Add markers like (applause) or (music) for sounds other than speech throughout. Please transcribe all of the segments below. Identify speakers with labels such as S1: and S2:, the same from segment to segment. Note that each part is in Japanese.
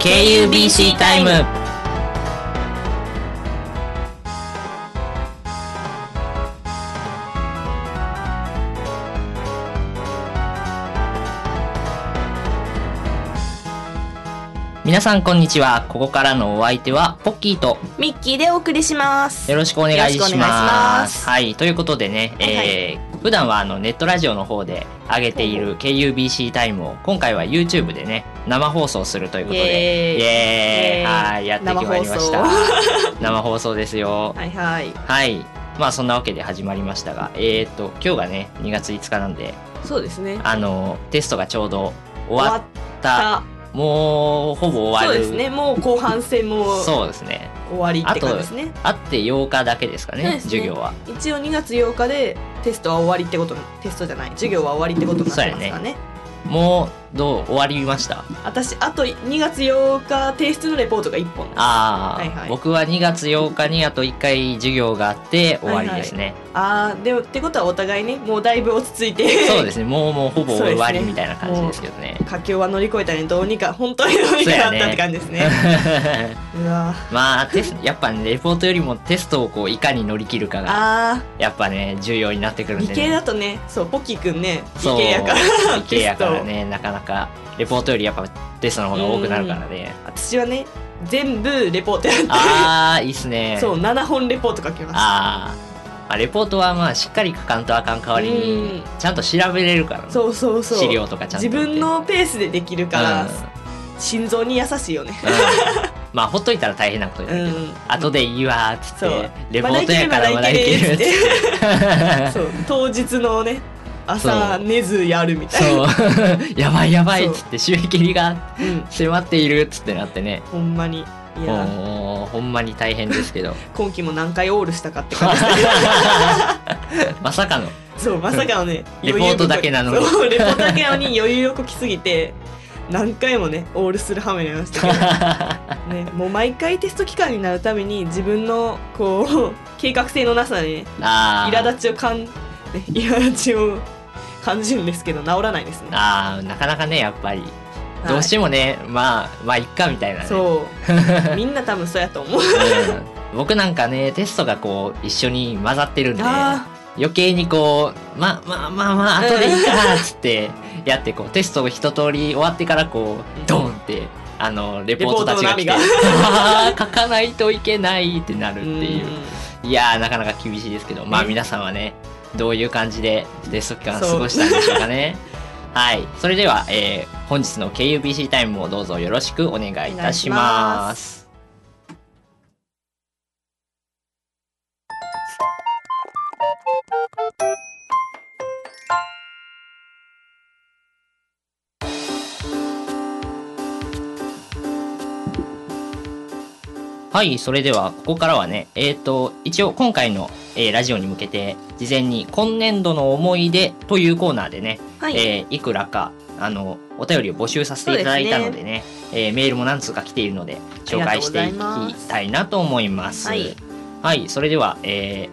S1: KUBC タイム皆さんこんにちはここからのお相手はポッキーと
S2: ミッキーでお送りします。
S1: よろしくお願いしま
S2: よろし
S1: す
S2: くお願いします
S1: はいということでね、
S2: はいはい
S1: えー普段はあのネットラジオの方で上げている KUBC タイムを今回は YouTube でね生放送するということでイ
S2: イエーイ
S1: エーイ
S2: イエーイ
S1: はいやってきまいりました
S2: 生
S1: (laughs) 生放送ですよ
S2: はいはい。
S1: はいまあそんなわけで始まりましたがえー、っと今日がね2月5日なんで
S2: そうですね。
S1: あのテストがちょうど終わっ
S2: 終
S1: た
S2: わっ
S1: もうほぼ終
S2: た。そ
S1: わ
S2: う
S1: る
S2: ですね。もう後半戦も終
S1: そうですね
S2: わりって感じですね。
S1: あって8日だけですかね
S2: そうですね
S1: 授業は
S2: 一応2月8日でテストは終わりってことにテストじゃない授業は終わりってことになってますからね
S1: もうどう終わりました
S2: 私あと2月8日提出のレポートが1本ですあ
S1: ああ、
S2: はいはい
S1: 僕は2月8日にあと1回授業があって終わりですね、
S2: あーでもってことはお互いねもうだいぶ落ち着いて
S1: そうですねもうもうほぼ
S2: そう
S1: 終
S2: ですね
S1: わりみたいな感じですけどね
S2: 佳境は乗り越えたねどうにか本当にどうにかだったって感じですねうわ
S1: (laughs) まあテスやっぱねレポートよりもテストをこういかに乗り切るか
S2: ー
S1: が
S2: あー
S1: やっぱね重要になってくるん
S2: 理
S1: で、ね、
S2: 系だとねそうポッキーくんね
S1: そう
S2: 理系やから
S1: 理系やから
S2: テス
S1: ねなかなかレポートよりやっぱテストの方が多くなるからね
S2: ト私はね全部レポートやっ
S1: ああいいっすね
S2: てそう7本レポート書きま
S1: あー、まあレポートはまあしっかり書かんとあかん代わり
S2: う
S1: に
S2: ん
S1: ちゃんと調べれるから
S2: す
S1: ね
S2: そうそうそう
S1: 資料とかちゃんと
S2: 自
S1: 見て
S2: 分のペースでできるから、
S1: うん
S2: 心臓に優しいよね
S1: うんまあほっといたら大変なことに
S2: う
S1: なるけど、
S2: ん
S1: 後でいいわーっつ
S2: そ
S1: っ
S2: う
S1: てレポートやからまだいけるっつって
S2: そう当日のね朝
S1: そう
S2: 寝ずやるみたい
S1: (laughs)
S2: な
S1: そう (laughs) やばいやばいっつって締め切りが
S2: うん
S1: 迫っているっつってなってね
S2: ほんまにいやー
S1: もうほんまに大変ですけ
S2: (laughs)
S1: ど
S2: 今期も何回オールしたかって感じだけ
S1: まさかの
S2: どそうまさかのね
S1: (laughs) レポートだけなのに
S2: そうレポートだけなのに余裕をこきすぎて何回もねオールする羽目になりましたけどね、もう毎回テスト期間になるために自分のこう (laughs) 計画性のなさにね
S1: あー
S2: 苛立ちを感ね (laughs) 苛立ちを感じるんですけど治らないですね。
S1: あーなかなかねやっぱり
S2: はい
S1: どうしてもね、まあまあいっかみたいなね (laughs)
S2: そうみんな多分そうやと思う。
S1: うん僕なんかねテストがこう一緒に混ざってるんで
S2: あ
S1: 余計にこうままあまあまあ後でいいかっつってやってこうテストを一通り終わってからこうドンってあのレポートたちが来て「
S2: レポー
S1: あ (laughs) ー書かないといけない」ってなるっ
S2: あ
S1: ていういやーなかなか厳しいですけどまあ皆さんはねどういう感じでテスト期間過ごしたんでしょうかね (laughs) はいそれでは、えー本日の KUBC タイムをどうぞよろしくお願いいたします。はい、それではここからはね、えっ、と、一応今回の、えーラジオに向けて、事前に今年度の思い出というコーナーでね、
S2: はい、
S1: えーいくらか、あの、お便りを募集させていただいたのでね、えーメールも何通か来ているので、紹介していきたいなと思います。
S2: ありがと
S1: はい、それでは、え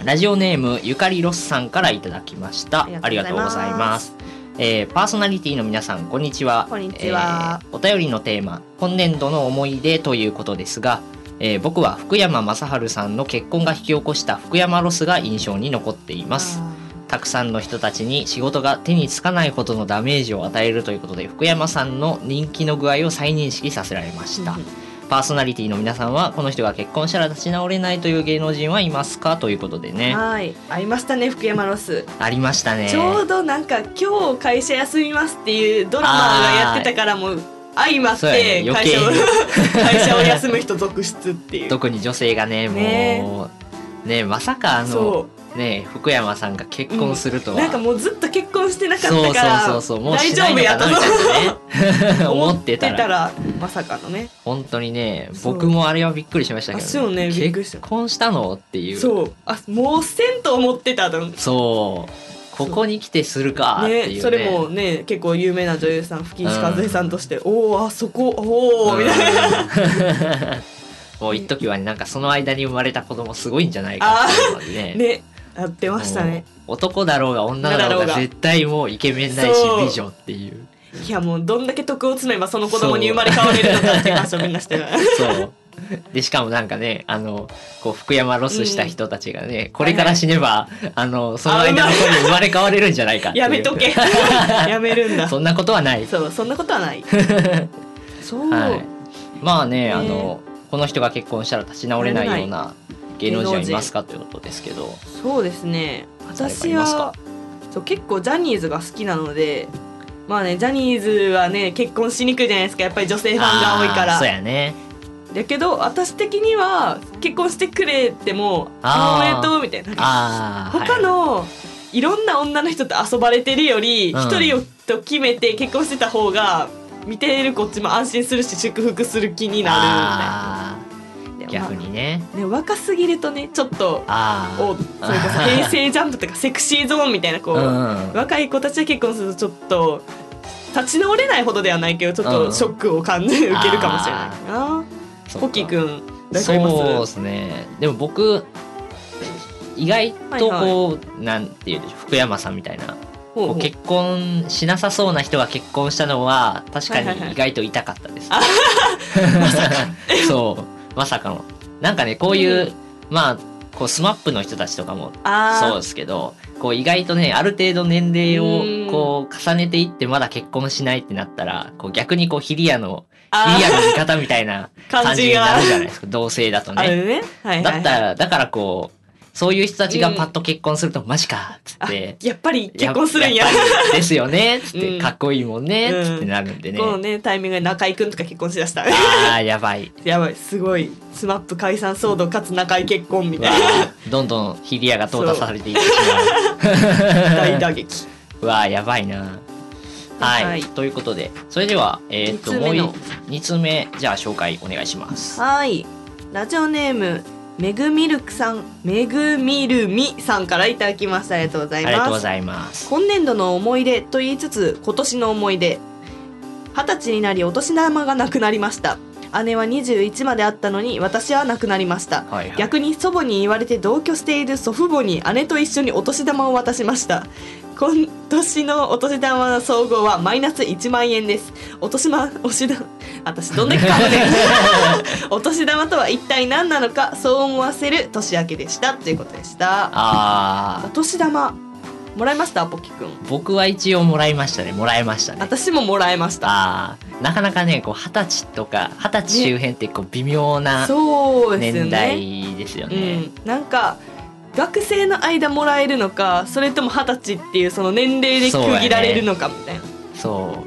S1: ー (coughs) ラジオネームゆかりロスさんからいただきました。あ
S2: あ
S1: りが
S2: りが
S1: と
S2: と
S1: う
S2: う
S1: ご
S2: ご
S1: ざ
S2: ざ
S1: い
S2: い
S1: ま。
S2: ます
S1: えーパーソナリティの皆さんこんにちは
S2: こんにちは
S1: えーお便りのテーマ「今年度の思い出」ということですが、えー僕は福山雅治さんの結婚が引き起こした福山ロスが印象に残っていますたくさんの人たちに仕事が手につかないほどのダメージを与えるということで福山さんの人気の具合を再認識させられました
S2: うんうん
S1: パーソナリティの皆さんはこの人が結婚したら立ち直れないという芸能人はいますかということでね
S2: はいありましたね福山ロス、
S1: ありましたね
S2: ちょうどなんか今日会社休みますっていうドラマがやってたからもう相まっ
S1: そうやね
S2: て
S1: 余
S2: 会
S1: 計
S2: 社
S1: に
S2: を (laughs) 会社を休む人続出っ
S1: (laughs)
S2: ていう。
S1: 特に女性がね
S2: ね
S1: もうねまさかあ
S2: そう
S1: のね福山さんが結婚するとは、
S2: なんかもうずっと結婚してなか
S1: そ
S2: った
S1: う
S2: か
S1: そう
S2: ら
S1: そうそうもう
S2: 大
S1: し
S2: 丈
S1: ない
S2: 夫
S1: の
S2: や
S1: か
S2: と
S1: なみたいなね (laughs) 思ってたら
S2: まさかのね
S1: 本当にね
S2: そう
S1: 僕もあれはびっくりしましたけど、
S2: あそうねびっくりした
S1: 結婚したのっていう
S2: そうあもうせんと思ってたと思う
S1: そうここに来てするかっていうね
S2: ねそれもね結構有名な女優さん吹石和恵さんとして、おおあそこおおみたいな、
S1: な (laughs) もう一時はねなんかその間に生まれた子供すごいんじゃないかっていうのでね
S2: ねやってましたね
S1: もう男だろうが女だろう
S2: 女だろ
S1: が
S2: うが
S1: 絶対もうイケメンないし
S2: そう
S1: 美女っていう
S2: いやもうどんだけ徳を積めばその子供に生まれ変われるのかって話をみんなして
S1: (laughs)
S2: る
S1: そうでしかもなんかねあのこう福山ロスした人たちがね、これから死ねば、あのその間の子に生まれ変われるんじゃないかっていう
S2: やめ
S1: (laughs)
S2: とけやめるんだ
S1: そんなことはない
S2: そうそんなことはない
S1: (laughs)
S2: そう、
S1: はいまあね、
S2: ね
S1: あのこの人が結婚したら立ち直れないような芸能人はい
S2: 芸能人
S1: ますかということですけど
S2: そうですね
S1: 誰かい
S2: 私
S1: ますか
S2: はそう結構ジャニーズが好きなのでまあねジャニーズはね結婚しにくいじゃないですかやっぱり女性ファンが多いか
S1: あー
S2: ら
S1: そうやね
S2: だけど私的には結婚してくれても
S1: あー
S2: おめでとうみたいな
S1: あー
S2: 他
S1: はい
S2: のいろんな女の人と遊ばれてるより
S1: うん
S2: 一、人をと決めて結婚してた方が見ているこっちも安心するし祝福する気にな
S1: あ
S2: るみ
S1: ー
S2: たいな。
S1: 逆
S2: でも
S1: にね
S2: まあね若すぎるとねちょっと
S1: ああ
S2: おそれこそ平成ジャンプとかセクシーゾーンみたいなこう、
S1: うん
S2: 若い子たちで結婚するとちょっと立ち直れないほどではないけどちょっ
S1: うん
S2: とショックを感じ、受けるかもしれないな。
S1: そっか
S2: ポキ君誰かいます
S1: そうですねでも僕意外とこう、なんていうんでしょう福山さんみたいな
S2: ほ
S1: こ
S2: うほ
S1: う
S2: う
S1: 結婚しなさそうな人が結婚したのは確か
S2: はいはいは
S1: に
S2: い
S1: 意外と痛かったです、そうまさかのなんかねこういう、
S2: う
S1: まあこうスマップの人たちとかも
S2: あー
S1: そうですけどこう意外とねある程度年齢
S2: うん
S1: をこう重ねていってまだ結婚しないってなったらこう逆にこうヒリアのヒ
S2: あ
S1: リアの味方みたいな
S2: ー
S1: 感
S2: 感
S1: じ
S2: じ
S1: にな
S2: が
S1: るじゃないですか同性だと
S2: あ
S1: ね。
S2: るね。はいはいはい
S1: だったらだからこうそういう人たちがパッと結婚すると、マジかっつっ
S2: あ
S1: て
S2: やっぱり結婚するんや
S1: っぱりですよ
S2: (laughs)
S1: ねっつって、
S2: うん
S1: かっこいいもんねっつってなるんでね、
S2: このねタイミングで中居君とか結婚しだした
S1: あーやば
S2: (laughs)
S1: い
S2: やばいすごいスマップ解散騒動かつ中居結婚み
S1: わ (laughs)
S2: たいな
S1: ーどんどんヒリアが淘汰されていってし
S2: 大打撃
S1: まうわーやばいなはい、
S2: はい
S1: ということでそれではえーっと
S2: 二通
S1: もう
S2: 目の
S1: 2通目じゃあ紹介お願いします
S2: はいラジオネームめぐみるくさんめぐみるみさんからいただきましたありがとうござ
S1: あ
S2: い
S1: りがとう
S2: ま
S1: ご
S2: す
S1: ざいます
S2: 今年度の思い出と言いつつ今年の思い出二十歳になりお年玉がなくなりました姉は21まであったのに私はなくなりました
S1: はいはい
S2: 逆に祖母に言われて同居している祖父母に姉と一緒にお年玉を渡しました今年のお年玉の総合はマイナス1万円ですお年玉 (laughs) おしだ私どんだけ噛む
S1: (laughs)
S2: ねんお年玉とは一体何なのかそう思わせる年明けでしたということでしたお
S1: あ
S2: 年玉もらいましたポキくん
S1: ー僕は一応もらいましたねもらいましたね
S2: 私ももらいました
S1: あーなかなかねこう二十歳とか二十歳周辺ってこう微妙な
S2: そうですよ
S1: 年
S2: ね
S1: 代ですよね
S2: うん、なんか学生の間もらえるのかそれとも二十歳っていうその年齢で区切られるのかみたいな、
S1: そ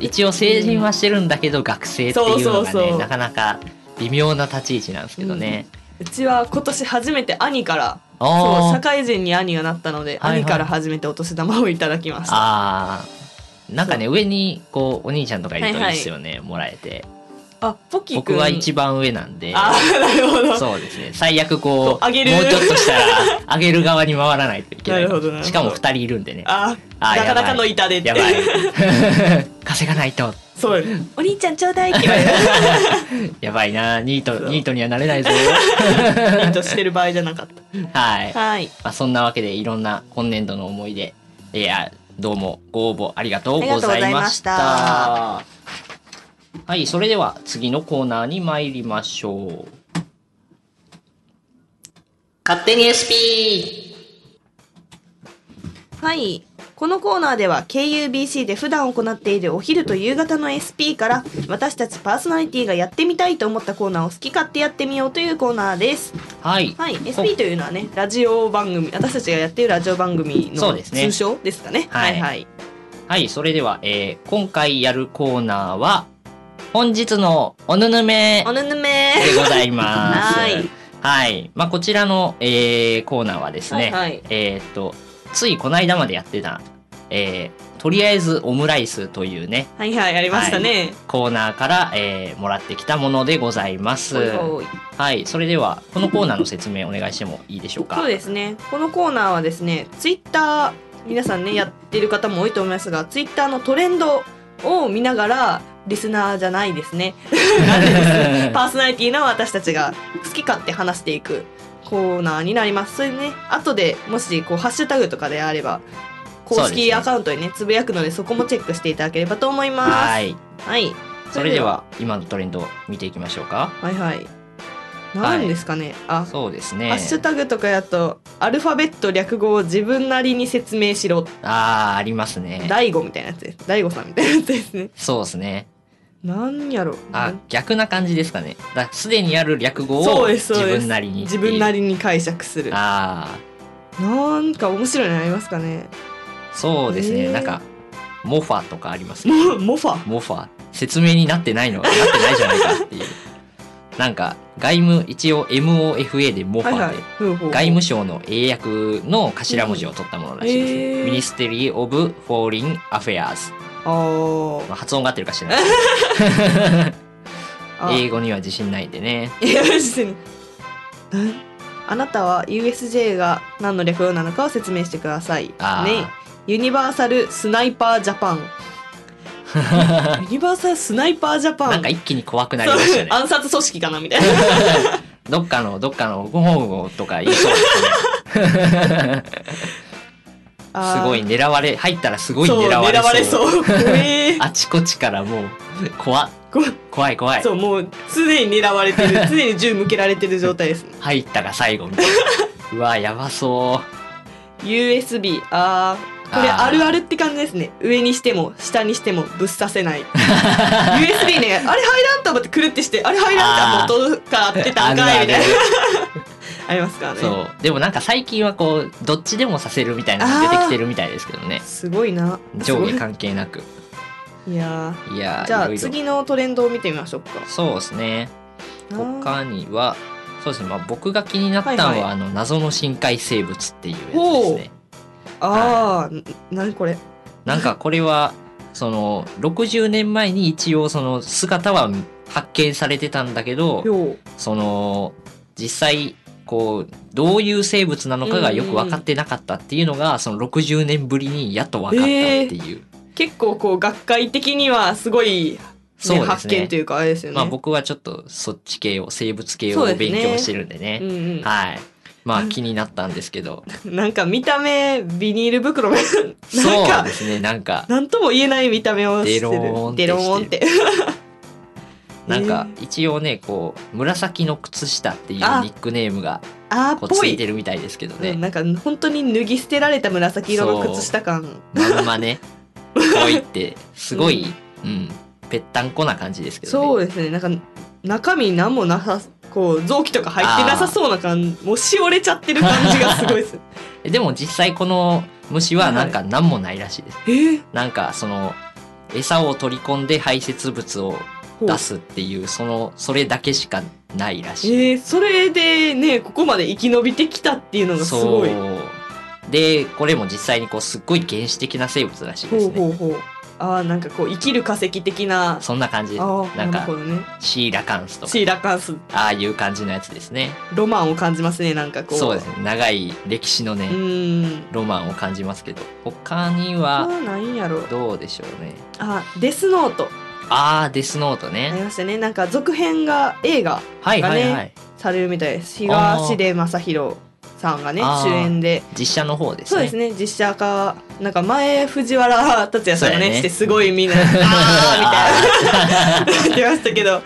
S1: う一応成人はしてるんだけど、学生っていうのがね
S2: そうそうそう
S1: なかなか微妙な立ち位置なんですけどね、
S2: うちは今年初めて兄から
S1: お
S2: そう
S1: ー
S2: 社会人に兄がなったので、
S1: はいはい
S2: 兄から初めてお年玉をいただきました
S1: あーなんかね上にこうお兄ちゃんとかいるといいですよね、もらえて
S2: あポキ君
S1: 僕は一番上なんで
S2: あーなるほど
S1: そうですね最悪こ
S2: そう
S1: う
S2: あげる
S1: もうちょっとしたらあげる側に回らないといけない
S2: なるほどなるほど
S1: しかも二人いるんでね
S2: あ
S1: あー
S2: なかなかの痛手って
S1: やばい
S2: (laughs)
S1: 稼がないと
S2: そうよね (laughs) お兄ちゃんちょうだいって言われる
S1: やばいなニー
S2: そ
S1: ト
S2: う
S1: ニートにはなれないぞ
S2: いいとしてる場合じゃなかっ
S1: はい
S2: たはい
S1: まあ、そんなわけでいろんな今年度の思い出、えー、あどうもご応募ありがとうございました
S2: あ
S1: はいそれでは次のコーナーに参りましょう勝手に SP
S2: はい。このコーナーでは KUBC で普段行っているお昼と夕方の SP から私たちパーソナリティがやってみたいと思ったコーナーを好き勝手やってみようというコーナーです。
S1: はい、
S2: はい。SP というのはね、ラジオ番組、私たちがやっているラジオ番組
S1: そう
S2: の
S1: ですね
S2: 通称ですかね。
S1: はい
S2: はい。
S1: はい、それでは、えー今回やるコーナーは本日のおぬぬめ
S2: おぬぬめ
S1: でございます
S2: はい
S1: はいまあ、こちらの、えーコーナーはですね、
S2: はいはい
S1: えーっとついこの間までやってた、えーとりあえずオムライスというね
S2: はいはい、やりましたね。
S1: コーナーから、えーもらってきたものでございます。
S2: ほいほい
S1: はい、それではこのコーナーの説明お願いしてもいいでしょうか。
S2: そうですね。このコーナーはですね、ツイッター、皆さんね、やってる方も多いと思いますが、ツイッターのトレンドを見ながら、リスナーじゃないですね。なんで
S1: (laughs)
S2: ですパーソナリティの私たちが好き勝手話していくコーナーになります。それでね、後でもしこうハッシュタグとかであれば、公
S1: そうです
S2: 式
S1: ね
S2: アカウントにねつぶやくのでそこもチェックしていただければと思いますは、
S1: はいいそれでは今のトレンドを見ていきましょうか
S2: はいはい何ですかね、あ
S1: そうですね
S2: ハッシュタグとかやとアルファベット略語を自分なりに説明しろ
S1: あーありますね
S2: 大悟みたいなやつです大悟さんみたいなやつですね (laughs)
S1: そうですね
S2: なんやろ
S1: あ逆な感じですかねだすでにある略語
S2: そ
S1: を
S2: うです
S1: 自
S2: そうです
S1: 分なりに
S2: 自分な
S1: り
S2: りに解釈する
S1: あ
S2: なんか面白いのありますかね
S1: あそうです
S2: へ
S1: ね
S2: ー
S1: なんかモファとかありますね
S2: モモファ
S1: モファ説明になってないのなってないじゃないか
S2: (laughs)
S1: っていうなんか外務一応 MOFA でモファ
S2: は
S1: で、
S2: いはいほうほう
S1: 外務省の英訳の頭文字を取ったものらしいです、
S2: うんへー
S1: ミニステリー・オブ・フォーリン・アフェアーズ、
S2: あ
S1: まあ、発音が合ってるか知らない (laughs)
S2: ー (laughs) あ
S1: 英語には自信ないんでね
S2: いや別になんあなたは USJ が何の略語なのかを説明してくださいね
S1: あー
S2: ユニバーサル・スナイパー・ジ
S1: (laughs)
S2: ャパンユニバーサル・スナイパー・ジャパン
S1: なんか一気に怖くなりましたね
S2: そう暗殺組織かなみたいな
S1: (laughs) どっかのどっかのご本郷とか言いそう
S2: あ
S1: (laughs) す
S2: ー
S1: ごい狙われ入ったらすごい
S2: そう
S1: 狙われそう
S2: 狙われそう
S1: (laughs)
S2: 怖えー
S1: あちこちからもう怖
S2: 怖い
S1: 怖い怖い
S2: そうもう常に狙われてる常に銃向けられてる状態です
S1: 入ったが最後みたい
S2: (laughs)
S1: なうわやばそう
S2: USB あーこれ
S1: あー
S2: あるあるって感じですね上にしても下にしてもぶっ刺せ
S1: (laughs)
S2: ない USB ねあれ入らんと思ってくるってしてあれ入らんと元から合ってたんかいみたいなありますからね
S1: そうでもなんか最近はこうどっちでもさせるみたいなのが出てきてるみたいですけどね
S2: すごいな
S1: 上下
S2: す
S1: 関係なく
S2: ごいいや
S1: いや
S2: ー
S1: ー
S2: じゃ
S1: いろ
S2: あ
S1: いろ
S2: 次のトレンドを見てみましょうか
S1: そうですね
S2: あー
S1: 他にはそうですね、まあ、僕が気になったのは、
S2: はいはい
S1: あの謎の深海生物っていうやつです
S2: ほ
S1: ね
S2: あーな何これ
S1: なんかこれはその60年前に一応その姿は発見されてたんだけど
S2: よう
S1: その実際こうどういう生物なのかがよく分かってなかったっていうのがその60年ぶりにやっと分かったっていう、
S2: 結構こう学会的にはすごい、ね
S1: そうです
S2: 発
S1: ね
S2: 見というかあれですよね。
S1: まあ僕はちょっとそっち系を生物系
S2: そ
S1: を
S2: うですね
S1: 勉強してるんでね
S2: うんうん
S1: はいまあ気になったんですけど
S2: なんか見た目ビニール袋がなん
S1: そう
S2: か
S1: ですねなんか
S2: なんとも言えない見た目をしてる
S1: デローンって
S2: デローンって
S1: なんか一応ねこう紫の靴下っていうニ
S2: あ
S1: ックネームが
S2: あ
S1: こ
S2: ー
S1: う
S2: っ
S1: つ
S2: ぽ
S1: い
S2: い、
S1: てるみたいですけど
S2: うん
S1: ね
S2: なんか本当に脱ぎ捨てられた紫色の靴下感
S1: まんま
S2: (laughs)
S1: ねこういってすごい、うん、ぺったんこな感じですけどね
S2: そうですねなんか中身何もなさこう臓器とか入ってなさそうな感じもうしおれちゃってる感じがすごいです
S1: (laughs) でも実際この虫はなんか何もないらしいです。
S2: えー
S1: なんかその餌を取り込んで排泄物を
S2: ほう
S1: 出すっていうそのそれだけしかないらしい。
S2: えーそれでねここまで生き延びてきたっていうのがす
S1: そ
S2: ご
S1: う
S2: い。
S1: でこれも実際にこうすっごい原始的な生物らしいで
S2: ほ
S1: す
S2: う
S1: ね。
S2: ほうほうああなんかこう生きる化石的な
S1: そんな感じです
S2: ああ
S1: な
S2: なんる
S1: か
S2: ほどね
S1: シーラカンスとか
S2: シーラカンス
S1: ああいう感じのやつですね。
S2: ロマンを感じますねなんかこう
S1: そうですね長い歴史のね、
S2: うーん
S1: ロマンを感じますけど他に
S2: あ
S1: は
S2: ーなんやろ
S1: どうでしょうね。
S2: あデスノート
S1: ああデスノート
S2: あり
S1: ね。
S2: ましたねなんか続編が映画
S1: はいはいは
S2: が
S1: い。
S2: されるみたいです東出昌大さんがね
S1: あー
S2: 主演で
S1: 実写の方ですね。
S2: そうですね実写化なんか前藤原竜也さんが
S1: そうや
S2: ね
S1: ね
S2: してすごいみ
S1: (laughs)
S2: んなあーみたいな言ってましたけど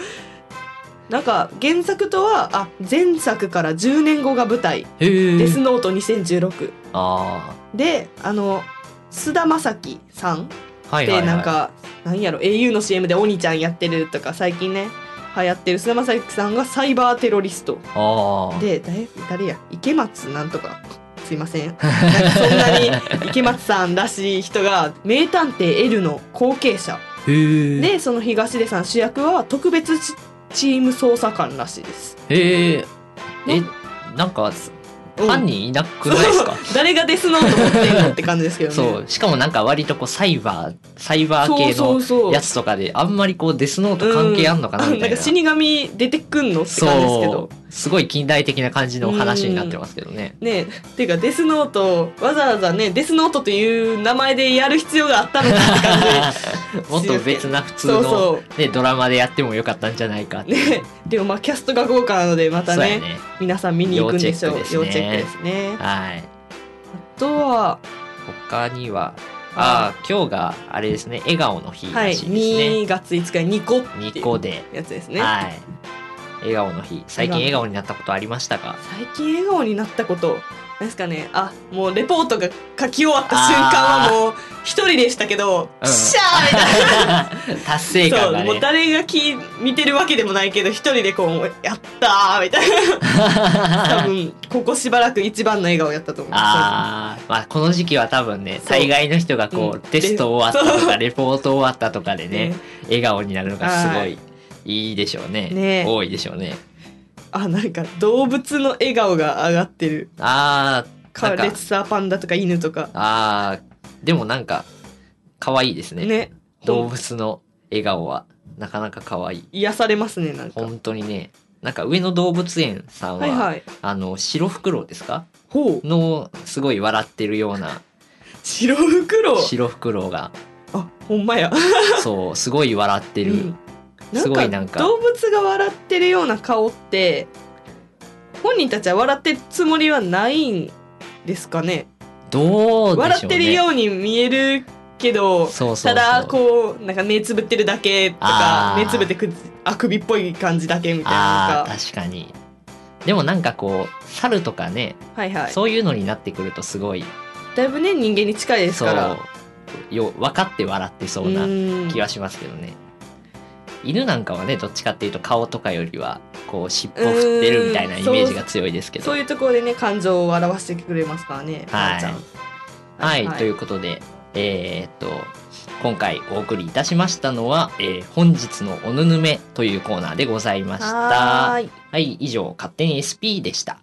S2: なんか原作とはあ前作から10年後が舞台
S1: へ
S2: 「
S1: ー
S2: デスノート2016
S1: あ」
S2: であの菅田将暉さんっ
S1: あ。はいはい、
S2: て
S1: はい。
S2: なんか、なんやろ au の CM でお兄ちゃんやってるとか最近ね流行ってる菅田将暉さんがサイバーテロリスト
S1: ああ。
S2: で誰誰や池松なんとかすいま
S1: (laughs)
S2: せんなんかそんなに池松さんらしい人が名探偵 L の後継者
S1: へえ。
S2: でその東出さん主役は特別チチーム捜査官らしいです、
S1: へえ。え、なんか、
S2: うん
S1: 犯人いなくないですか、
S2: (laughs) 誰がデスノート持ってんのって感じですけどね
S1: そう。しかもなんか割とこうサイバー、サイバー
S2: そう
S1: 系
S2: そう
S1: の
S2: そう
S1: やつとかで、あんまりこうデスノート関係あんのかなみたいな。
S2: うんか死神出てくんのって感じですけど
S1: そう。すごい近代的な感じの話になってますけどね。
S2: ねえっていうかデスノートをわざわざねデスノートという名前でやる必要があったのかって感じ
S1: もっと別 (laughs) な普通
S2: そ
S1: の
S2: うそう
S1: ね、ドラマでやってもよかったんじゃないかっていう。
S2: ね、でもまあキャストが豪華なのでまた
S1: そうや
S2: ね
S1: ね。
S2: 皆さん見に行くんでしょう
S1: 要チェックですね
S2: 要チェックですね
S1: はい。
S2: あとは
S1: 他にはああ今日があれですね笑顔の日
S2: は
S1: ら
S2: い、
S1: しいで
S2: 2月5日にニ
S1: す
S2: コ
S1: ね、
S2: っ
S1: 2
S2: ていう
S1: 個で、
S2: やつですね、
S1: はい笑顔の日最近笑顔になったことありましたか
S2: 最近笑顔になったことなんですかねあもうレポートが書き終わった瞬間はもう一人でしたけど、
S1: うん
S2: シャーみたいな
S1: (laughs) 達成 (laughs)
S2: そ
S1: 感
S2: う、
S1: が
S2: も
S1: ね
S2: う誰がき見てるわけでもないけど一人でこうやったーみたいな多分ここしばらく一番の笑顔やったと思う
S1: (laughs) あーまあこの時期は多分ね
S2: そう
S1: 大概の人がこう、
S2: うん
S1: テスト終わったとかレポート終わったとかで
S2: そう
S1: ね
S2: ね
S1: 笑顔になるのがすご
S2: はい
S1: いいでしょうね
S2: ね
S1: 多いでしょうね
S2: あなんか動物の笑顔が上がってる
S1: あー
S2: か
S1: なんか
S2: レッサーパンダとか犬とか
S1: あーでもなんか可愛いですね
S2: ね
S1: 動物の笑顔はなかなか可愛い
S2: 癒されますねなんか
S1: 本当にねなんか上野動物園さんは、
S2: はいはい
S1: あの白フクロウですか
S2: ほう
S1: のすごい笑ってるような
S2: 白袋
S1: 白フクロウが
S2: あほんまや
S1: そうすごい笑ってる、
S2: うん
S1: すごいなんか
S2: 動物が笑ってるような顔って本人たちは笑ってるつもりはないんですかね
S1: どうでしょうね
S2: 笑ってるように見えるけど
S1: そうそうそう
S2: ただこうなんか目つぶってるだけとか
S1: あー
S2: 目つぶってくあくびっぽい感じだけみたいな
S1: あ
S2: の
S1: ー
S2: が
S1: 確かにでもなんかこう猿とかね、
S2: はいはい
S1: そういうのになってくるとすごい
S2: だいぶね人間に近いです
S1: そ
S2: から
S1: うよ分かって笑ってそうな
S2: ーん
S1: 気はしますけどね、犬なんかはねどっちかっていうと顔とかよりはこう尻尾振ってるみたいな
S2: うー
S1: イ
S2: ん
S1: メージが強いですけど
S2: そういうところでね感情を表してくれますからね
S1: はい
S2: まーちゃん
S1: はい、
S2: はい
S1: ということでえーっと今回お送りいたしましたのは、えー本日のおぬぬめというコーナーでございました
S2: はーい
S1: はい以上勝手に SP でした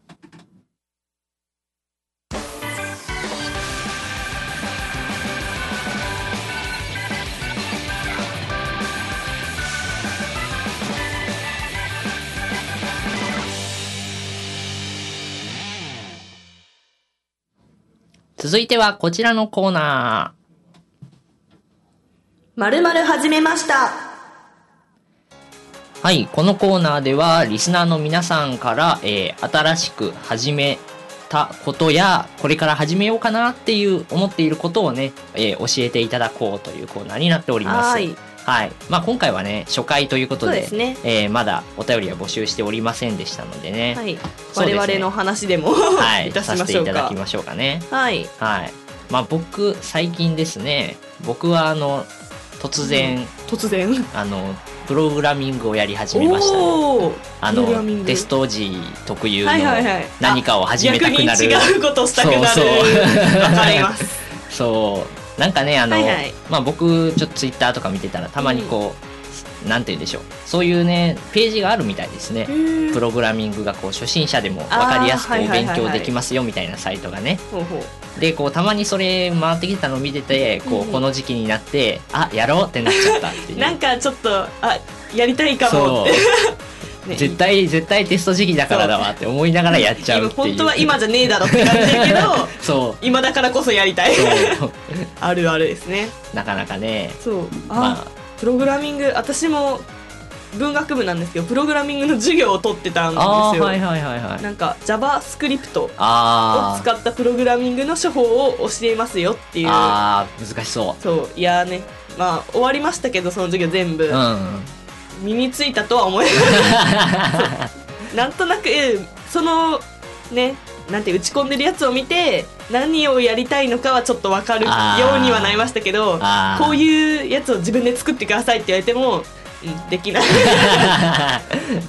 S1: 続いてはこちらのコーナ
S2: まるまる始めました
S1: ー。はい、このコーナーではリスナーの皆さんから、えー新しく始めたことや、これから始めようかなっていう思っていることをね、えー教えていただこうというコーナーになっております。
S2: は
S1: は
S2: ーい
S1: い。まあ今回はね、初回ということ
S2: そう
S1: で、
S2: ですね
S1: えーまだお便りは募集しておりませんでしたのでね、
S2: はい、
S1: そう
S2: 我
S1: ですね
S2: 々の話でも、
S1: はい、
S2: (laughs) いたし
S1: させ
S2: ま
S1: て
S2: しょ
S1: いうただ
S2: か
S1: き。ましょうかね。
S2: はい、
S1: はい。まあ僕、最近ですね、僕はあの、突然、
S2: 突然。
S1: あの、プログラミングをやり始めましたね。
S2: おー
S1: あ
S2: プログラミン
S1: の
S2: グ
S1: テスト時特有の
S2: はいはいはい
S1: 何かを始め
S2: 逆
S1: たく
S2: に
S1: なる、
S2: 違うことしたくなる。わ
S1: そうそう
S2: かります。
S1: そうなんかねあの、
S2: はいはい
S1: まあ僕ちょっとツイッターとか見てたらたまにこう、なんて言うんでしょうそういうねページがあるみたいですね、 (laughs) プログラミングがこう初心者でも分かりやすく
S2: あーはい
S1: お
S2: はいはい
S1: 勉
S2: はい
S1: 強できますよみたいなサイトがね
S2: ほうほう
S1: でこうたまにそれ回ってきたのを見ててこ
S2: う
S1: うんこの時期になってあやろうってなっちゃったっていう
S2: (laughs) なんかちょっと、あ、やりたいかもっ
S1: そう
S2: て。ね
S1: 絶対絶対テスト時期だからだわって思いながらやっちゃうっていう
S2: 本当は今じゃねえだろって感じ
S1: (laughs)
S2: だけど、
S1: そう
S2: 今だからこそやりたい。
S1: そう
S2: あるあるですね。
S1: なかなかね
S2: そう、あ、
S1: まあ
S2: プログラミング、私も文学部なんですけど、プログラミングの授業を取ってたんですよ。
S1: ああーはいはいはいはい
S2: なんか JavaScript を
S1: あー
S2: 使ったプログラミングの処方を教えますよっていう
S1: あー難しそ
S2: そういやーねまあ終わりましたけどその授業全部
S1: う、
S2: (laughs)
S1: うん
S2: 身についたとは思えないなんとなくえーそのねなんて打ち込んでるやつを見て何をやりたいのかはちょっと分かるよ
S1: あー
S2: うにはなりましたけど
S1: あー
S2: こういうやつを自分で作ってくださいって言われても、うん、で
S1: (laughs)
S2: きない
S1: (laughs)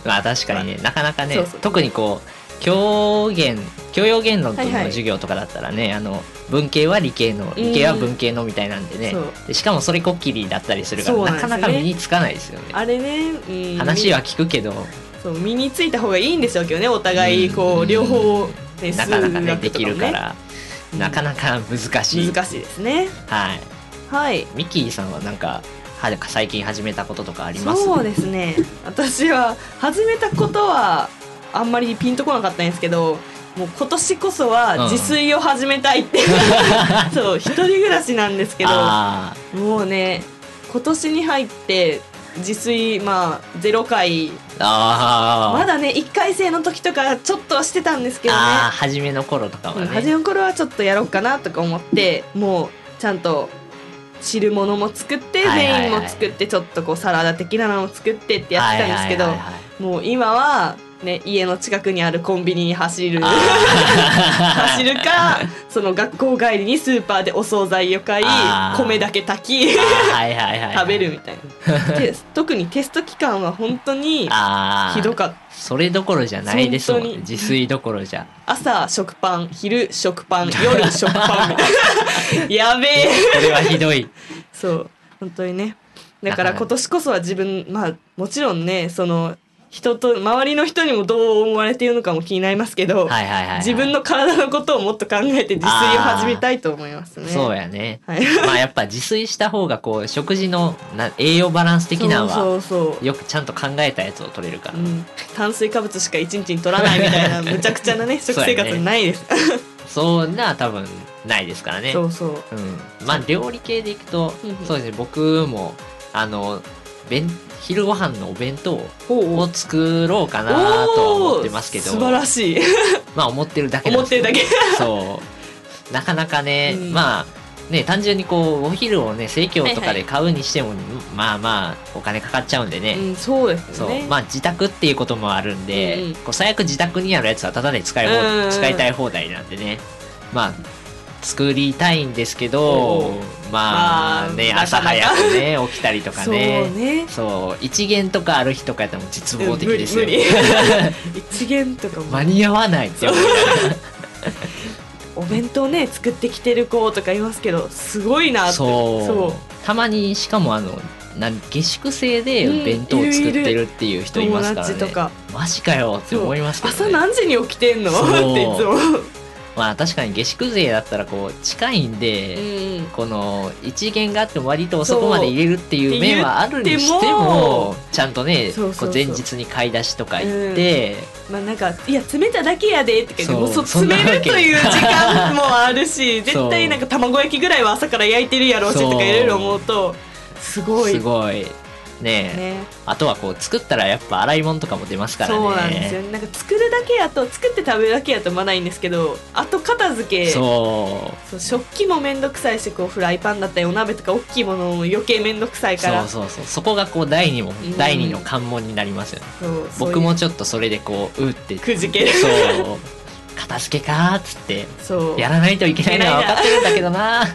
S1: まあ確かにねなかなかね
S2: そうそう
S1: 特にこう狂言教養言論と
S2: はい
S1: の
S2: はい
S1: 授業とかだったらね、あの文系は理系の理系は文系のみたいなんでね
S2: そう
S1: でしかもそれこっきりだったりするから
S2: そう
S1: な,、
S2: なんです
S1: か
S2: よね
S1: なか身につかないですよね
S2: あれね、うん、
S1: 話は聞くけど
S2: そう身についた方がいいんでしょうけどねお互いこ
S1: う
S2: うん両方ね
S1: なかなか
S2: 数学と
S1: ね
S2: も
S1: できるから、
S2: うん
S1: なかなか難しい
S2: 難しいですね
S1: はい
S2: はい
S1: ミッキーさんはなんかは最近始めたこととかあります
S2: そうですね私は始めたことはあんまりピンとこなかったんですけどもう今年こそは自炊を始めた
S1: (laughs)
S2: いって、そう一人暮らしなんですけど
S1: あ
S2: もうね今年に入って自炊まあ0回
S1: ああ
S2: まだね1回生の時とかちょっとはしてたんですけどね
S1: ああ初めの頃とかは
S2: うん
S1: ね、
S2: 初めの頃はちょっとやろうかなとか思ってもうちゃんと汁物も作って
S1: はいはいは
S2: メ
S1: い
S2: インも作ってちょっとこうサラダ的なのも作ってってやってたんですけど
S1: はいはいはいはい
S2: もう今は、ね、家の近くにあるコンビニに走る
S1: あ
S2: (laughs) 走るかその学校帰りにスーパーでお惣菜を買い
S1: あー
S2: 米だけ炊き
S1: ーはいはいはいはい
S2: 食べるみたい
S1: (laughs)
S2: なで特にテスト期間は本当に
S1: ああ
S2: ひどかった
S1: それどころじゃないですもん
S2: 本当
S1: ね
S2: に
S1: 自炊どころじゃ
S2: 朝食パン昼食パン夜食パンみたい
S1: (laughs)
S2: なやべえ
S1: これはひど
S2: (laughs)
S1: い
S2: そう本当にねだ
S1: な
S2: か
S1: かな
S2: ら
S1: か
S2: 今年こそは自分まあもちろんねその人と周りの人にもどう思われているのかも気になりますけど、
S1: はいはいはいはい、
S2: 自分の体のことをもっと考えて自炊を始めたいと思いますね。
S1: そうやね
S2: はい、
S1: まあやっぱ自炊した方がこう食事のな栄養バランス的なんは
S2: そうそうそう
S1: よくちゃんと考えたやつを取れるから、
S2: うん、炭水化物しか一日に取らないみたいなむちゃくちゃなね食
S1: (laughs) そう
S2: 生
S1: やね
S2: 活ないです。
S1: そんな多分ないですからね
S2: そうそう
S1: うん、まあ料理系でいくと
S2: うんうん
S1: そうですね僕もあの弁昼ご飯のお弁当を作ろうかなとは思ってますけど
S2: おー素晴らしい
S1: まあ思ってるだけなん
S2: 思
S1: で
S2: っ
S1: すけ
S2: てる
S1: ど
S2: だ
S1: (laughs)
S2: け。
S1: そうなかなかね、
S2: うん
S1: まあね単純にこうお昼をね生協とか
S2: はいは
S1: で
S2: い
S1: 買うにしても、まあまあお金かかっちゃうんでね、
S2: うん、そうです
S1: そ
S2: よ
S1: う
S2: ね。
S1: まあ自宅っていうこともあるんで、
S2: うんうん
S1: こう最悪自宅にあるやつはただで使い放
S2: うんうんうん
S1: 使いたい放題なんでねまあ作りたいんですけど
S2: おう
S1: まあね、
S2: まあ
S1: 朝早くね起きたりとか
S2: そう
S1: ね
S2: ね。
S1: そう一限とかある日とかやったらもう絶望的ですよ
S2: うん無理無理一元とかも
S1: (laughs) 間に合わないって思いなが
S2: お弁当ね作ってきてる子とかいますけどすごいなっ
S1: ら
S2: て
S1: そう
S2: そ
S1: たまにしかもあのなん下宿生で
S2: うん
S1: 弁当を作ってるっていう人い
S2: 友
S1: ますから
S2: 達
S1: ね、
S2: とか
S1: マジかよって思いますけど、
S2: 朝
S1: ね、
S2: 何時に起きてんの (laughs) っ
S1: そう
S2: ていつも
S1: まあ確かに下宿勢だったらこう近いんで、
S2: うん
S1: この一元があっても割とそこまで入れるっていう面はあるに
S2: そう
S1: し
S2: ってて
S1: も
S2: も
S1: ちゃんとね
S2: そうそうそう
S1: こう前日に買い出しとか行って、
S2: まあなんか「いや詰めただけやで」とか言って
S1: そう
S2: もうそう
S1: そん
S2: 詰
S1: な
S2: めるという時間もあるし
S1: そう
S2: 絶対なんか卵焼きぐらいは朝から焼いてるやろうしと
S1: そう
S2: かいろいろ思うとすごい
S1: すごいねえ
S2: ね
S1: あとはこう作ったらやっぱ洗い物とかも出ますからね
S2: そうなんですよねなんか作るだけやと作って食べるだけやとまあないんですけどあと片付け
S1: そう
S2: そう食器も面倒くさいしこうフライパンだったりお鍋とか大きいものも余計面倒くさいか
S1: そ
S2: ら
S1: うそうそうそこがこう第二も、
S2: ん
S1: 第二の関門になりますよね
S2: そうそういう
S1: 僕もちょっとそれでこううって
S2: くじける
S1: そう片付けかーっつって
S2: そう
S1: やらないといけないのは分かってるんだけどな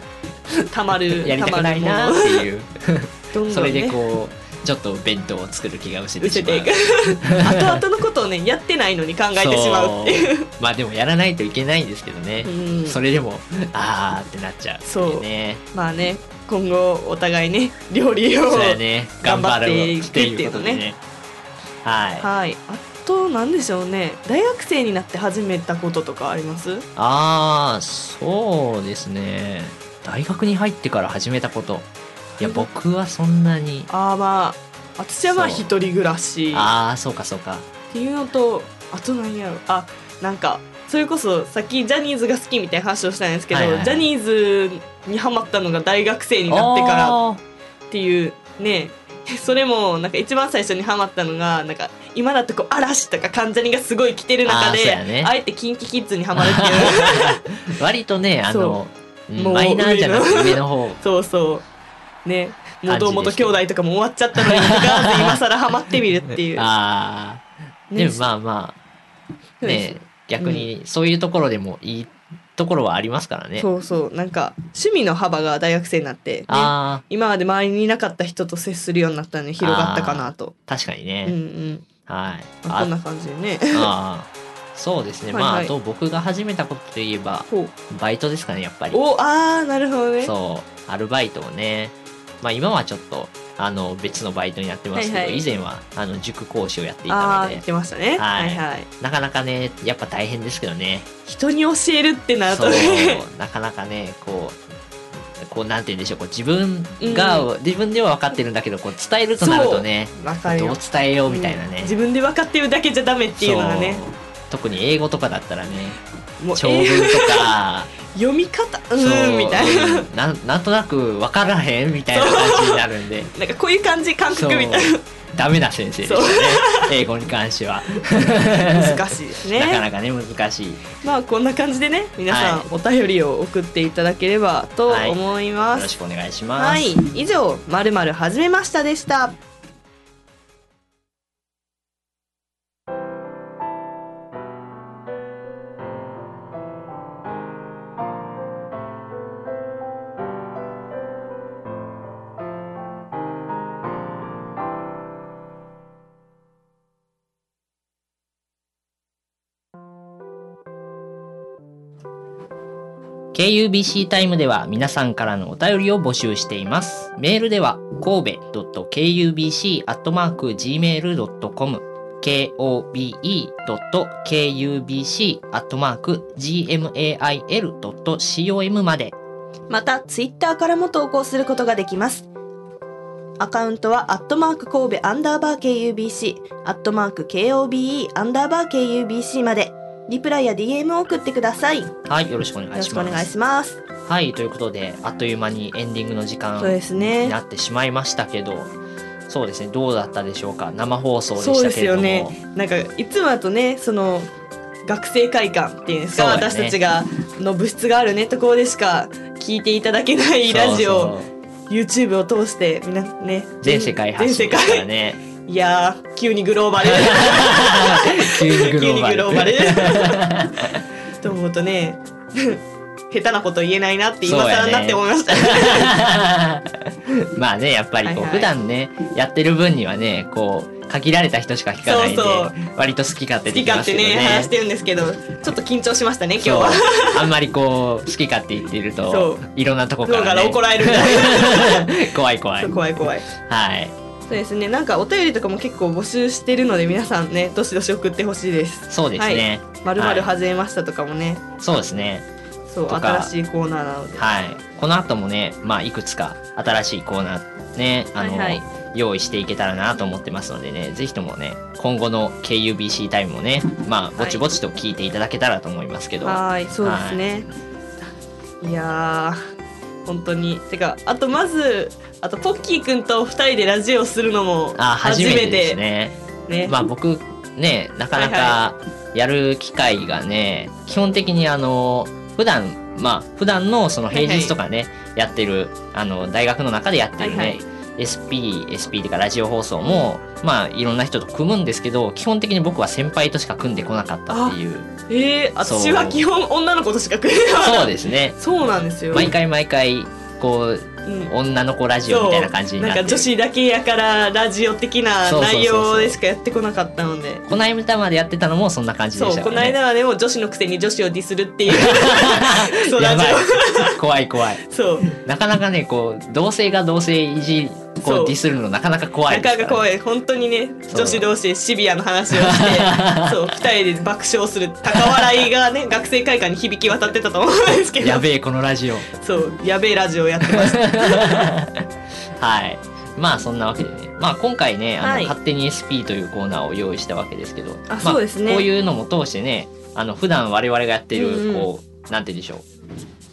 S2: たまる
S1: (laughs) やりたくないな
S2: た
S1: っ
S2: ま
S1: ていう
S2: るものどんどん、ね、
S1: それでこうちょっと弁当を作る気が失せて
S2: 失
S1: し
S2: せ
S1: ま
S2: て
S1: う
S2: いく (laughs) 後々のことをねやってないのに考えてしまうっていう
S1: そうまあでもやらないといけないんですけどね、
S2: うん
S1: それでもあーってなっちゃうっていね
S2: まあね今後お互いね (laughs) 料理を
S1: そうやね頑
S2: 頑
S1: 張
S2: 張
S1: る
S2: っていく
S1: っ
S2: ってて
S1: い
S2: いうう
S1: こ
S2: ことと
S1: で
S2: ね
S1: ねはい
S2: はいあとなんでしょうね大学生になって始めたこととかあります
S1: あーそうですね大学に入ってから始めたこといや僕はそんなに
S2: ああまあ私はまあ
S1: そう
S2: 一人暮らし
S1: ああそうかそうか
S2: っていうのとあと何やろあなんかそれこそさっきジャニーズが好きみたいな話をしたんですけど、
S1: はいはいはい
S2: ジャニーズにハマったのが大学生になってから
S1: あー (laughs)
S2: っていうね (laughs) それもなんか一番最初にハマったのがなんか今だとこう嵐とか関ジャニがすごい来てる中
S1: あーそう
S2: で
S1: や
S2: あ,、
S1: ね
S2: えてキンキキッズにハマるっていう
S1: 割とねあのうん
S2: もう
S1: マイナーじゃなくて上の方
S2: そうそうねも
S1: 感じ
S2: う堂
S1: で
S2: 本
S1: す
S2: 兄弟とかも終わっちゃったのにもかかわらず今更ハマってみるっていう。
S1: ああ、
S2: ね
S1: でもまあまあ
S2: そうです
S1: ね逆にそういうところでもいいところはありますからね、
S2: そうそうなんか趣味の幅が大学生になって、ね、
S1: ああ
S2: 今まで周りにいなかった人と接するようになったので広がったかなと。
S1: 確かに
S2: う
S1: ね
S2: ん、うん。
S1: はい
S2: まあこんな感じでね。
S1: ああ (laughs) そうですね、
S2: はいはい
S1: まああと僕が始めたことといえば
S2: ほう
S1: バイトですかねやっぱり
S2: おあーなるほどね。
S1: そうアルバイトをねまあ今はちょっとあの別のバイトになってますけど、
S2: はいはい
S1: 以前はあの塾講師をやっていた
S2: あ
S1: の
S2: ー言
S1: で
S2: ってましたね。
S1: は
S2: はいいはい。
S1: なかなかねやっぱ大変ですけどね
S2: 人に教えるってなる
S1: そ
S2: と
S1: う
S2: ね。
S1: なかなかねこうこうなんて言うんでしょうこう自分が、自分では分かってるんだけどこう伝えるとなるとね
S2: (laughs) わかる
S1: どう
S2: よ。
S1: 伝えようみたいなね、
S2: 自分で分かってるだけじゃダメっていうのがね
S1: そ。う特に英語とかだったらね
S2: もう
S1: 長
S2: え
S1: 文
S2: ー
S1: とか、
S2: 読み方 (laughs) う
S1: そう
S2: ーんみたいな
S1: うんななんとなく分からへんみたいな感じになるんで
S2: なんかこういう感じ感
S1: そう
S2: 覚みたいな
S1: ダメな先生でしたね英語に関しては、
S2: 難しいですね
S1: なかなかね難しいよ
S2: まあこんな感じでね皆さん、
S1: はい
S2: お便りを送っていただければと思いま
S1: ろ
S2: す
S1: しくお願いします、
S2: はい、以上まるまる始めましたでした
S1: KUBC タイムでは皆さんからのお便りを募集しています。メールでは神戸 .kubc.gmail.com kobe.kubc.gmail.com まで。
S2: またツイッターからも投稿することができますアカウントはアットマーク神戸アンダーバー KUBC アットマーク KOBE アンダーバー KUBC までリプライや DM を送ってくださいよ
S1: はい、よろしくお願
S2: ろ
S1: いし
S2: しくお
S1: ます。
S2: 願いします
S1: はい、ということで、あっという間にエンディングの時間
S2: そうですね
S1: になってしまいましたけど、そうですね、どうだったでしょうか。生放送で
S2: そ
S1: し
S2: う
S1: た
S2: で
S1: け
S2: す
S1: れど
S2: よ
S1: も。
S2: ねなんかいつもだとねその学生会館っていうんですか、
S1: そうだね
S2: 私たちがの部室があるねところでしか聞いていただけないラジオ
S1: そうそう
S2: YouTube を通してみんなね
S1: 全世界発信
S2: 全
S1: で
S2: 世
S1: すから
S2: 界
S1: ね。
S2: いやー急にグロ
S1: (laughs)
S2: ーバル
S1: 急にグロ
S2: 急
S1: ー
S2: に
S1: バ
S2: グ
S1: ル。
S2: ローバルと思うとね (laughs) 下手なこと言えないなって今更になって思いました、
S1: (laughs) まあねやっぱりこう、
S2: はいはい
S1: 普段ねやってる分にはねこう限られた人しか聞かないんで
S2: そうそう
S1: 割と好き勝手で
S2: 好き
S1: きま
S2: 勝
S1: す
S2: 手
S1: よね
S2: ね話してるんですけどちょっと緊張しましたね今日
S1: そう
S2: は
S1: あんまりこう好き勝手言ってると
S2: そう
S1: いろんなとこか,、
S2: 脳からら
S1: ね、
S2: 怒られるみたい
S1: 怖い怖
S2: ないそう怖い怖い
S1: はい
S2: そうですねなんかお便りとかも結構募集してるので皆さんねどしどし送ってほしいです
S1: そうですね、
S2: まるまる外れましたとかもね、
S1: そうですね
S2: そう
S1: とか
S2: 新しいコーナーなので、
S1: はいこの後もねまあいくつか新しいコーナーねあの、
S2: はいはい
S1: 用意していけたらなと思ってますのでねぜひともね今後の KUBC タイムもねまあぼちぼちと聞いていただけたらと思いますけど、
S2: はーい、そうですね。い、やー、本当に。てか、あとまず、あとポッキーくんと二人でラジオするのも
S1: あ初め
S2: 初め
S1: てです
S2: てね。
S1: ねまあ僕ねなかなかやる機会がね、基本的にあの普段まあ普段のその平日とかね、やってるあの大学の中でやってるね、
S2: はいはい
S1: SP SP っていうかラジオ放送もまあいろんな人と組むんですけど基本的に僕は先輩としか組んでこなかったっていう
S2: えー、
S1: そう
S2: 私は基本女の子としか来れない。
S1: そうですね
S2: そうなんですよ。
S1: 毎回毎回こう
S2: うん
S1: 女の子ラジオみたいな感じになっ
S2: ん
S1: て
S2: か
S1: る
S2: 女子だけやからラジオ的な
S1: そうそうそう
S2: 内
S1: そう
S2: 容でしかやってこなかったので。
S1: この間までやってたのもそんな感じで
S2: そう,、
S1: したか
S2: この
S1: らね
S2: 間はでも女子のくせに女子をディスる
S1: (laughs)
S2: っていうそう
S1: や
S2: ラジ
S1: ばい怖い怖い
S2: オそう
S1: なかなかねこう同性が同性いじこ
S2: そうう
S1: ディスるのなかなか怖い
S2: な
S1: で
S2: か
S1: す
S2: な
S1: か
S2: か怖
S1: ら
S2: い本当にね
S1: そう
S2: 女子同士でシビアな話をして
S1: (laughs)
S2: そう二人で爆笑する高笑
S1: (laughs)
S2: いがね学生会館に響き渡ってたと思うんですけど
S1: やべえこのラジオ
S2: そうやべえラジオやってました
S1: はいまあそんなわけでねまあ今回ねあの、
S2: はい
S1: 勝手に SP というコーナーを用意したわけですけど
S2: あ
S1: ま
S2: そうですね
S1: こういうのも通してねあの普段我々がやってる、
S2: うんうん
S1: こうなんて言うんでしょう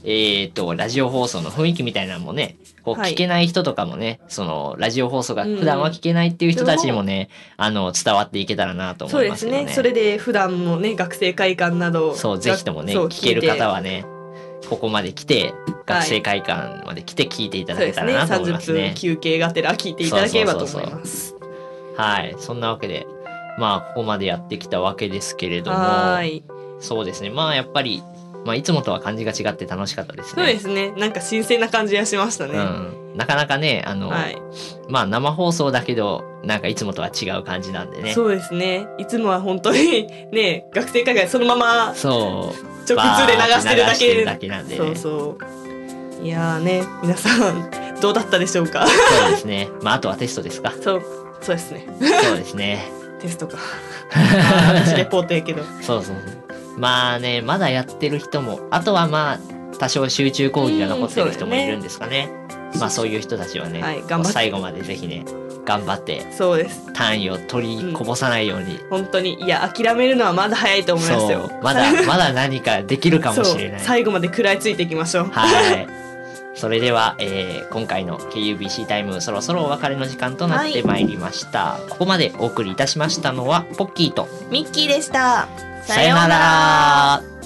S1: えー、とラジオ放送の雰囲気みたいなのもねこう
S2: はい
S1: 聞けない人とかもね、そのラジオ放送が
S2: うんうん
S1: 普段は聞けないっていう人たちにもね、あの伝わっていけたらなと
S2: そう
S1: 思い
S2: で
S1: ます
S2: す
S1: けど
S2: ねそれで普段のね学生会館など
S1: そう、ぜひともね、聞ける方はね、ここまで来て、学生会館まで来て聞いていた
S2: そ
S1: だ
S2: う
S1: け
S2: で
S1: た
S2: す
S1: らな
S2: ね
S1: と思い
S2: 30
S1: ますね
S2: 分。休憩がてら聞いていただければと思います
S1: はい、そんなわけで、まあ、ここまでやってきたわけですけれども、
S2: はーい
S1: そうですね、まあ、やっぱり、まあ、いつもとは感じが違って楽しかったですね。
S2: そうですねなんか新鮮な感じがしましたね、
S1: うん、なかなかね、あの、
S2: はい、
S1: まあ、生放送だけど、なんかいつもとは違う感じなんでね。
S2: そうですねいつもは本当にね学生会館そのまま
S1: そう。
S2: 直通で流して
S1: バーって
S2: るだけ
S1: 流してるだけなんでね、
S2: そうそういやーね皆さんどうだったでしょうか
S1: そうですね。まあ、あとはテストですか。
S2: そうそうですね
S1: そうですね。
S2: テスト
S1: (laughs)
S2: かあー私レポートやけど
S1: そうそうそうまあねまだやってる人もあとはまあ多少集中講義が残ってる人もいるんですかねまあそういう人たちはね、
S2: はい頑張って
S1: 最後までぜひね頑張って
S2: そうです
S1: 単位を取りこぼさないように、
S2: 本当にいや諦めるのはまだ早いと思います
S1: そ
S2: よ
S1: うまだ
S2: (laughs)
S1: まだ何かできるかもしれない
S2: そう最後まで食らいついていきましょう
S1: はいそれでは、えー今回の KUBC タイムそろそろお別れの時間となってまいりました、ここまでお送りいたしましたのはポッキーと
S2: ミッキーでした
S1: さよなら